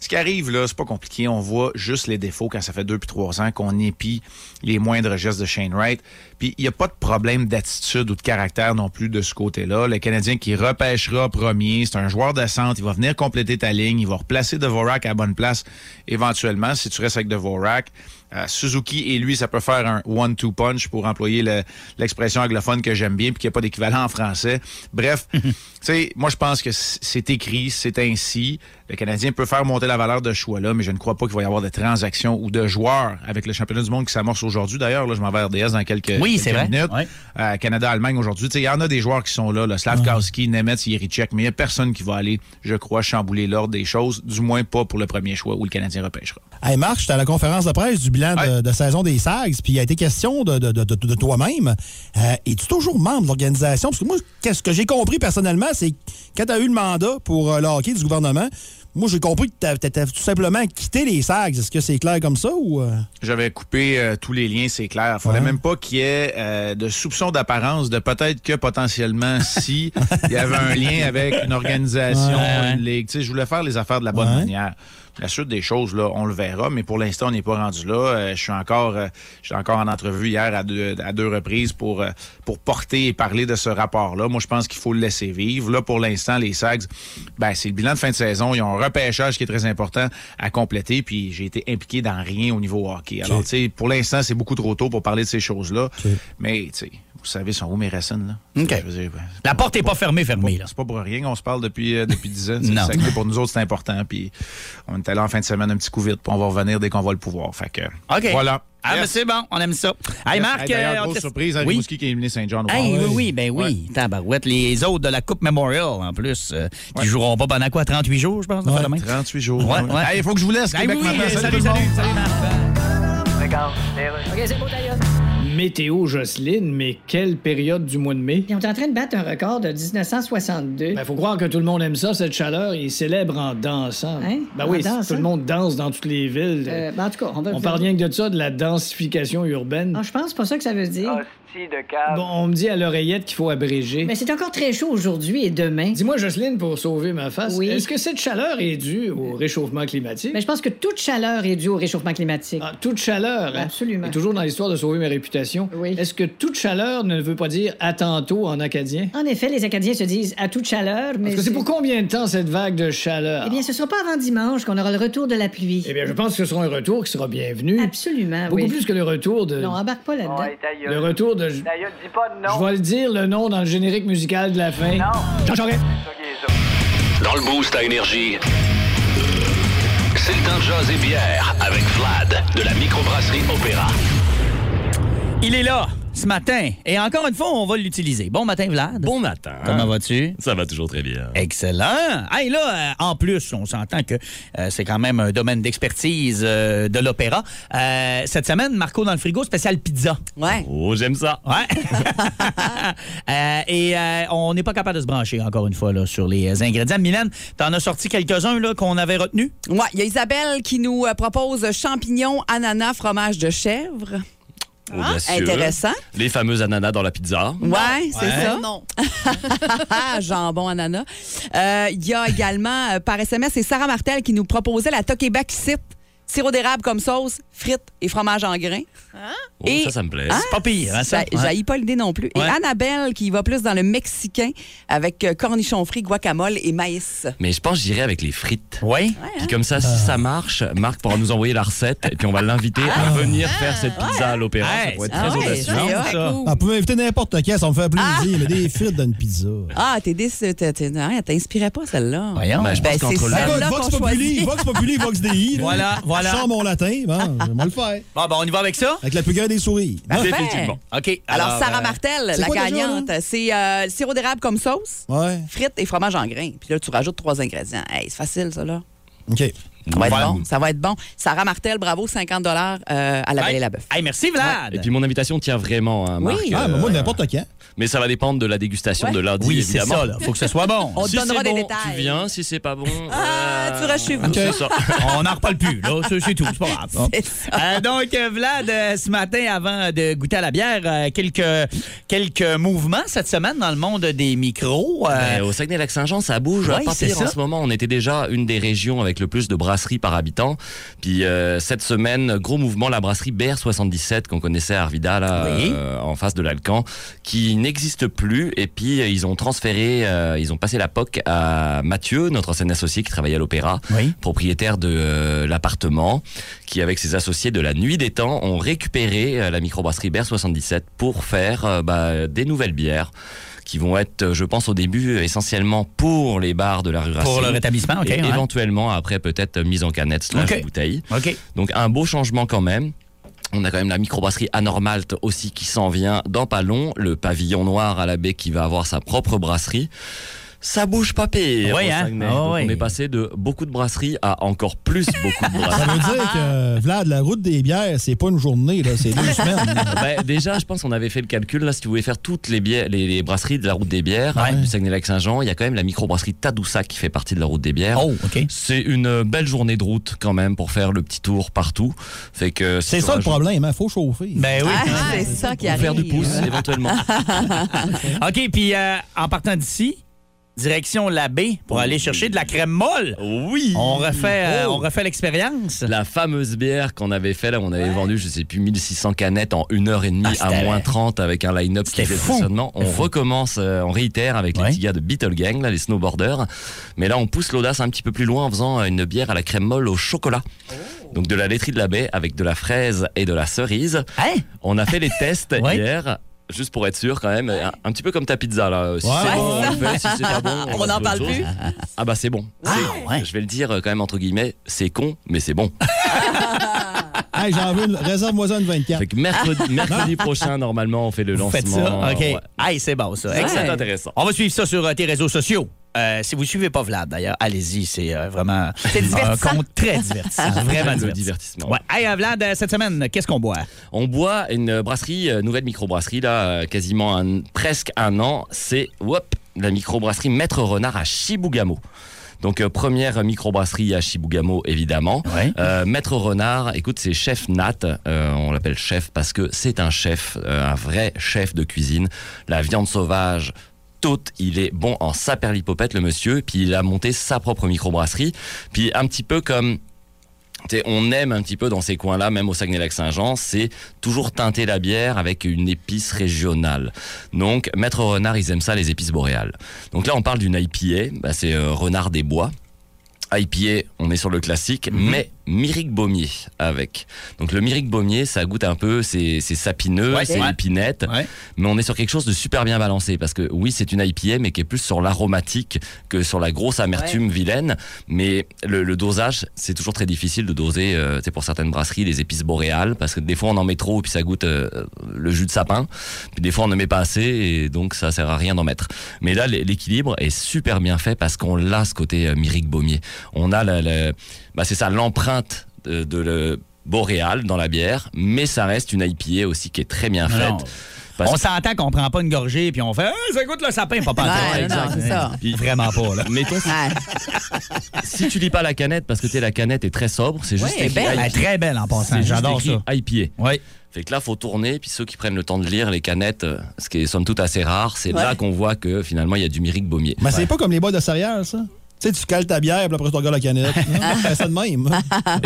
Ce qui arrive là, c'est pas compliqué. On voit juste les défauts quand ça fait deux puis trois ans qu'on épie les moindres gestes de Shane Wright. Puis il n'y a pas de problème d'attitude ou de caractère non plus de ce côté-là. Le Canadien qui repêchera premier, c'est un joueur de centre. Il va venir compléter ta ligne. Il va replacer Devorak à la bonne place éventuellement si tu restes avec Devorak. Euh, Suzuki et lui, ça peut faire un one-two punch pour employer le- l'expression anglophone que j'aime bien, puis qu'il n'y a pas d'équivalent en français. Bref, tu sais, moi je pense que c- c'est écrit, c'est ainsi. Le Canadien peut faire monter la valeur de ce choix-là, mais je ne crois pas qu'il va y avoir de transactions ou de joueurs avec le championnat du monde qui s'amorce aujourd'hui. D'ailleurs, là, je m'en vais à RDS dans quelques, Oui, c'est quelques vrai. minutes. Ouais. Euh, Canada-Allemagne aujourd'hui, tu sais, il y en a des joueurs qui sont là, là Slavkowski, Nemeth, Yericek, mais il n'y a personne qui va aller, je crois, chambouler l'ordre des choses, du moins pas pour le premier choix où le Canadien repêchera. Hey Marc, j'étais à la conférence de presse du bilan de, Ouais. de saison des SAGs, puis il a été question de, de- de- de- de toi-même. Euh, Es-tu toujours membre de l'organisation? Parce que moi, qu'est-ce que j'ai compris personnellement, c'est que quand tu as eu le mandat pour euh, le hockey du gouvernement, moi, j'ai compris que tu tout simplement quitté les SAGs. Est-ce que c'est clair comme ça ou. euh? J'avais coupé euh, tous les liens, c'est clair. Il fallait Ouais. même pas qu'il y ait euh, de soupçons d'apparence de peut-être que potentiellement si il y avait un lien avec une organisation, Ouais. une ligue. Tu sais, je voulais faire les affaires de la bonne Ouais. manière. La suite des choses, là, on le verra, mais pour l'instant, on n'est pas rendu là. Euh, je suis encore, euh, je suis encore en entrevue hier à deux, à deux reprises pour, euh, pour porter et parler de ce rapport-là. Moi, je pense qu'il faut le laisser vivre. Là, pour l'instant, les Sags, ben, c'est le bilan de fin de saison. Ils ont un repêchage qui est très important à compléter, puis j'ai été impliqué dans rien au niveau hockey. Alors, tu sais, pour l'instant, c'est beaucoup trop tôt pour parler de ces choses-là. Mais, tu sais, vous savez, sont où mes racines, là? OK. Je veux dire, ben, La porte n'est pas fermée, fermée. Là. c'est pas pour rien qu'on se parle depuis, euh, depuis 10 ans. C'est Non. ça que pour nous autres, c'est important. Puis on est allé en fin de semaine un petit coup vite, puis on va revenir dès qu'on va le pouvoir. Fait que, OK. Voilà. Ah, Yes. mais c'est bon, on aime ça. Hey, Yes. Marc. Hey, euh, D'ailleurs, on grosse teste- surprise, hein, Oui. Henry Mouski qui a éliminé Saint-John. au Hey, Wild. oui, oui, ben oui. Tabarouette, les autres de la Coupe Memorial, en plus, euh, qui joueront pas pendant quoi? 38 jours, je pense, de demain. 38 jours. ben- Ouais, ouais. Hey, faut que je vous laisse. Hey, Québec oui, euh, salut, maintenant. Salut salut, tout le monde. salut, Marc. Météo Jocelyne, mais quelle période du mois de mai? Puis on est en train de battre un record de 1962. Ben, faut croire que tout le monde aime ça, cette chaleur. Ils célèbrent en dansant. Hein? Ben En oui, dansant? tout le monde danse dans toutes les villes. Euh, ben, en tout cas, on va on parle rien que de ça, de la densification urbaine. Non, je pense pas ça que ça veut dire. Bon, on me dit à l'oreillette qu'il faut abréger. Mais c'est encore très chaud aujourd'hui et demain. Dis-moi, Jocelyne, pour sauver ma face, Oui. Euh, est-ce que cette chaleur est due au réchauffement climatique? Mais je pense que toute chaleur est due au réchauffement climatique. Ah, toute chaleur, hein? Absolument. Et toujours dans l'histoire de sauver ma réputation. Oui. Est-ce que toute chaleur ne veut pas dire à tantôt en acadien? En effet, les Acadiens se disent à toute chaleur, mais. Ah. Parce que c'est pour combien de temps cette vague de chaleur? Eh bien, ce sera pas avant dimanche qu'on aura le retour de la pluie. Eh bien, je pense que ce sera un retour qui sera bienvenu. Absolument, Beaucoup Ah, oui. plus que le retour de. Non, ah, embarque pas là-dedans. le retour de. Je vais le dire le nom dans le générique musical de la fin. Non. Jean Charest. Dans le boost à énergie, c'est le temps de jaser bière avec Vlad de la microbrasserie Opéra. Il est là. ce matin. Et encore une fois, on va l'utiliser. Bon matin, Vlad. Bon matin. Comment vas-tu? Ça va toujours très bien. Excellent. Hey, là, euh, en plus, on s'entend que euh, c'est quand même un domaine d'expertise euh, de l'opéra. Euh, cette semaine, Marco dans le frigo, spécial pizza. Ouais. Oh, j'aime ça. Ouais. Euh, et euh, on n'est pas capable de se brancher, encore une fois, là, sur les euh, ingrédients. Mylène, t'en as sorti quelques-uns là, qu'on avait retenus? Ouais, il y a Isabelle qui nous euh, propose champignons, ananas, fromage de chèvre. Oh, bien sûr. intéressant. Les fameux ananas dans la pizza. Ouais, c'est Ouais. ça. Non. Ah, jambon ananas. Euh, Il y a également, euh, par SMS, c'est Sarah Martel qui nous proposait la tokebakisite. Sirop d'érable comme sauce, frites et fromage en grains. Oh, Et- ça, ça me plaît. C'est pas pire, hein, ça? Ben, J'haïs pas l'idée non plus. Ouais. Et Annabelle qui va plus dans le mexicain avec euh, cornichons frits, guacamole et maïs. Mais je pense que j'irai avec les frites. Oui. Puis comme ça, si ça marche, Marc pourra nous envoyer la recette et puis on va l'inviter à venir faire cette pizza à l'opéra. Ouais. Ça pourrait être Ah très ouais, audacieux. c'est Non, hot. ça. Ah! Ah, vous pouvez m'inviter n'importe qui, ça me fait plaisir. mais Des frites dans une pizza. Ah, t'es déçu. t'es- t'es- non, Elle t'inspirait pas, celle-là. Voyons. Ben, je pense Ben, c'est qu'entre là, celle-là Ah, Vox qu'on Populi, choisit. Vox Populi, Vox Dei. là. Voilà, voilà. Je sors mon latin, bon, je vais le faire. Bon, bah, ben, on y va avec ça? Avec la plus grande des souris. Hein? définitivement. OK. Ben, Alors, Sarah euh, Martel, c'est la quoi déjà, gagnante, c'est euh, le sirop d'érable comme sauce, Ouais. frites et fromage en grains. Puis là, tu rajoutes trois ingrédients. Hey, c'est facile, ça, là. OK. Ça va être Voilà. bon. Ça va être bon. Sarah Martel, bravo, 50 euh, à la Belle et la Bœuf. Hey, merci, Vlad. Et puis mon invitation tient vraiment, hein, Oui. Marc. Ah, mais moi, n'importe quand. Mais ça va dépendre de la dégustation Ouais. de lundi, oui, c'est évidemment. ça. Il faut que ce soit bon. On te Si donnera c'est des bon, détails. tu viens. Si c'est pas bon, Ah, euh, tu restes chez vous. C'est ça. on n'en reparle plus, là. C'est, c'est tout, c'est pas grave. Bon. C'est ça. Euh, donc, euh, Vlad, euh, ce matin, avant de goûter à la bière, euh, quelques, quelques mouvements cette semaine dans le monde des micros. Euh, Ben, au Saguenay-Lac-Saint-Jean, ça bouge ouais, pas c'est pire ça. en ce moment. On était déjà une des régions avec le plus de brasseries par habitant. Puis euh, cette semaine, gros mouvement, la brasserie BR77 qu'on connaissait à Arvida, là, Oui. euh, en face de l'Alcan, qui n'existe plus. Et puis euh, ils ont transféré, euh, ils ont passé la POC à Mathieu, notre ancien associé qui travaillait à l'Opéra, Oui. propriétaire de euh, l'appartement, qui avec ses associés de la Nuit des Temps ont récupéré euh, la microbrasserie BR77 pour faire euh, bah, des nouvelles bières qui vont être, euh, je pense, au début euh, essentiellement pour les bars de la rue Racine. pour le rétablissement, OK. et ouais. éventuellement après peut-être euh, mise en canette slash Ok. bouteille. OK. Donc un beau changement quand même. On a quand même la microbrasserie Anormalt aussi qui s'en vient dans pas long, le pavillon noir à la baie qui va avoir sa propre brasserie. Ça bouge pas pire. Ouais, au hein. Saguenay. Ah Donc, ouais. On est passé de beaucoup de brasseries à encore plus beaucoup de brasseries. Ça veut dire que, Vlad, la route des bières, c'est pas une journée, là, c'est deux semaines. Ben, déjà, je pense qu'on avait fait le calcul. Là, si tu voulais faire toutes les, bières, les, les brasseries de la route des bières, Ouais. du Saguenay-Lac-Saint-Jean, il y a quand même la microbrasserie Tadoussac qui fait partie de la route des bières. Oh, OK. C'est une euh, belle journée de route quand même pour faire le petit tour partout. Fait que si C'est tu ça le rajoutes- problème, hein, faut chauffer. Ben oui. Ah, c'est ça qui Pour arrive. faire du pouce éventuellement. OK, puis euh, en partant d'ici, direction la baie pour aller chercher de la crème molle. oui. Oh. On refait, euh, on refait l'expérience. La fameuse bière qu'on avait fait là, on avait vendu, je sais plus, 1600 canettes en une heure et demie Ah, à c'était- moins 30 avec un line-up C'était qui fait fou. fonctionnement. On C'était fou. recommence, euh, on réitère avec Ouais. les petits gars de Beetle Gang, là, les snowboarders. Mais là, on pousse l'audace un petit peu plus loin en faisant euh, une bière à la crème molle au chocolat. Donc de la laiterie de la baie avec de la fraise et de la cerise. Hein? On a fait les tests Ouais. hier. Juste pour être sûr quand même, un, un petit peu comme ta pizza là. Si Ouais. c'est Ouais, bon, c'est on le fait, si c'est pas bon, On passe n'en à autre parle chose. plus. Ah bah c'est bon. C'est- Ah, ouais. Je vais le dire euh, quand même entre guillemets, c'est con, mais c'est bon. Hey, j'en veux une, réserve-moi ça une 24. Fait que mercredi, mercredi prochain, normalement, on fait le Ah. Vous lancement. faites ça? OK. Ouais. Hey, c'est bon, ça. C'est Excellent. intéressant. On va suivre ça sur euh, tes réseaux sociaux. Euh, si vous suivez pas Vlad, d'ailleurs, allez-y. C'est euh, vraiment un divertissant. compte très divertissant. vraiment Le divertissant. divertissement. Ouais. Hey, euh, Vlad, euh, cette semaine, qu'est-ce qu'on boit? On boit une euh, brasserie, euh, nouvelle microbrasserie, là, euh, quasiment un- presque un an. C'est whoop, la microbrasserie Maître Renard à Chibougamau. Donc, euh, première microbrasserie à Chibougamau, évidemment. Ouais. Euh, Maître Renard, écoute, c'est chef Nat. Euh, on l'appelle chef parce que c'est un chef, euh, un vrai chef de cuisine. La viande sauvage. Tout, il est bon en saperlipopette, le monsieur, puis il a monté sa propre microbrasserie. Puis un petit peu comme T'sais, on aime un petit peu dans ces coins-là, même au Saguenay-Lac-Saint-Jean, c'est toujours teinter la bière avec une épice régionale. Donc, Maître Renard, ils aiment ça, les épices boréales. Donc là, on parle d'une IPA, bah, c'est euh, Renard des Bois. IPA, on est sur le classique, mais myrique baumier avec. Donc le myrique baumier, ça goûte un peu, c'est c'est sapineux, Ouais, c'est ouais. épinette, mais on est sur quelque chose de super bien balancé parce que oui, c'est une IPA, mais qui est plus sur l'aromatique que sur la grosse amertume vilaine. Mais le, le dosage, c'est toujours très difficile de doser, euh, tu sais, pour certaines brasseries, les épices boréales, parce que des fois on en met trop, puis ça goûte euh, le jus de sapin, puis des fois on ne met pas assez, et donc ça sert à rien d'en mettre. Mais là, l'é- l'équilibre est super bien fait parce qu'on l'a ce côté euh, myrique baumier. On a la, la- bah, c'est ça l'empreinte de, de le boréal dans la bière, mais ça reste une IPA aussi qui est très bien faite. Non. Parce On que- s'entend qu'on prend pas une gorgée puis on fait Ah, ça goûte le sapin, pas pantoute. Ouais, non, non, c'est ça. Puis- Vraiment pas, là. Mettons, si- Ah. si tu lis pas la canette, parce que t'es la canette est très sobre, c'est Ouais, juste elle est écrit belle. IPA. Elle est très belle en passant, C'est juste j'adore écrit ça. IPA. Fait que là, faut tourner, puis ceux qui prennent le temps de lire les canettes, euh, ce qui est somme toute assez rare, c'est Ouais. là qu'on voit que finalement il y a du myrique baumier. Mais c'est pas comme les boîtes de céréales, ça. Tu sais, tu cales ta bière, puis après, tu regardes la canette. Non, fais ça de même.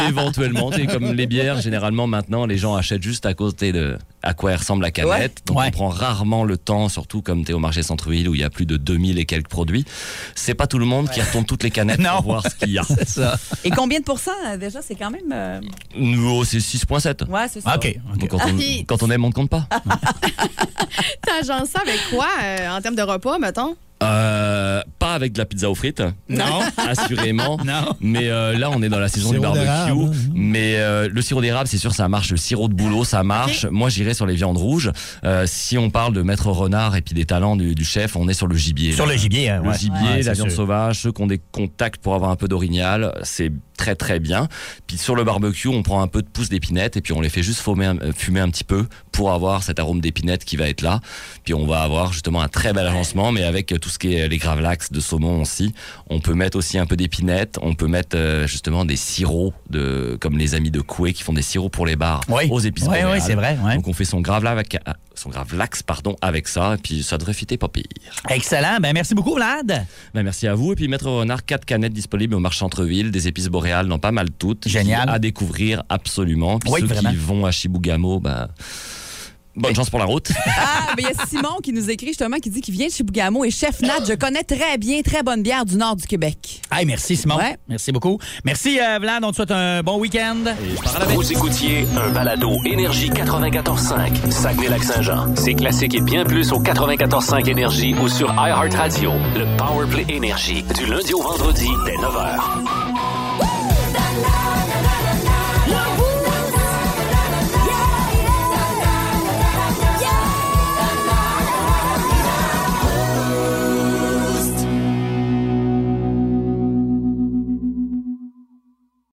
Éventuellement, tu sais, comme les bières, généralement maintenant, les gens achètent juste à côté de à quoi elle ressemble la canette. Donc on prend rarement le temps, surtout comme tu es au marché centre-ville où il y a plus de 2000 et quelques produits. C'est pas tout le monde qui retourne toutes les canettes pour voir ce qu'il y a. c'est ça. Et combien de pourcents, euh, déjà, c'est quand même... euh, Nouveau, oh, c'est 6.7. Ouais, c'est Ah, ça. Ok, Donc, Quand, on, Ah, Puis- quand on aime, on ne compte pas. T'agences ça avec quoi euh, en termes de repas, mettons? Euh, pas avec de la pizza aux frites. Non. Assurément. Non. Mais euh, là, on est dans la saison du Sirop barbecue. d'érable, hein. Mais euh, le sirop d'érable, c'est sûr, ça marche. Le sirop de boulot, ça marche. Moi, j'irai sur les viandes rouges. Euh, si on parle de maître renard et puis des talents du, du chef, on est sur le gibier. Sur là. le gibier, hein, Le ouais. gibier, Ouais, la c'est viande sûr. sauvage, ceux qui ont des contacts pour avoir un peu d'orignal, c'est très très bien. Puis sur le barbecue, on prend un peu de pousse d'épinette et puis on les fait juste fumer, un- euh, fumer un petit peu pour avoir cet arôme d'épinette qui va être là. Puis on va avoir justement un très bel agencement, mais avec euh, tout ce qui est euh, les gravlax de saumon aussi. On peut mettre aussi un peu d'épinette, on peut mettre euh, justement des sirops de, comme les amis de Coué qui font des sirops pour les bars aux épices. Ouais, ouais, boréales. c'est vrai, ouais. Donc on fait son gravlax, son gravlax pardon, avec ça et puis ça devrait fitter pas pire. Excellent. Ben, merci beaucoup, Vlad. Ben, merci à vous. Et puis, Maître Renard, quatre canettes disponibles au marché Centre-Ville, des épices boréales dans pas mal toutes. Génial. À découvrir, absolument. Puis Oui, ceux vraiment. qui vont à Chibougamau, ben, bonne chance pour la route. Ah, mais il y a Simon qui nous écrit justement, qui dit qu'il vient de chez Bougamo et chef Nat, je connais très bien, très bonne bière du nord du Québec. Hey, merci, Simon. Merci beaucoup. Merci, euh, Vlad. On te souhaite un bon week-end. Vous écoutiez un balado Énergie 94.5, Saguenay-Lac-Saint-Jean. C'est classique et bien plus au 94.5 Énergie ou sur iHeartRadio. Le Powerplay Énergie, du lundi au vendredi, dès 9h.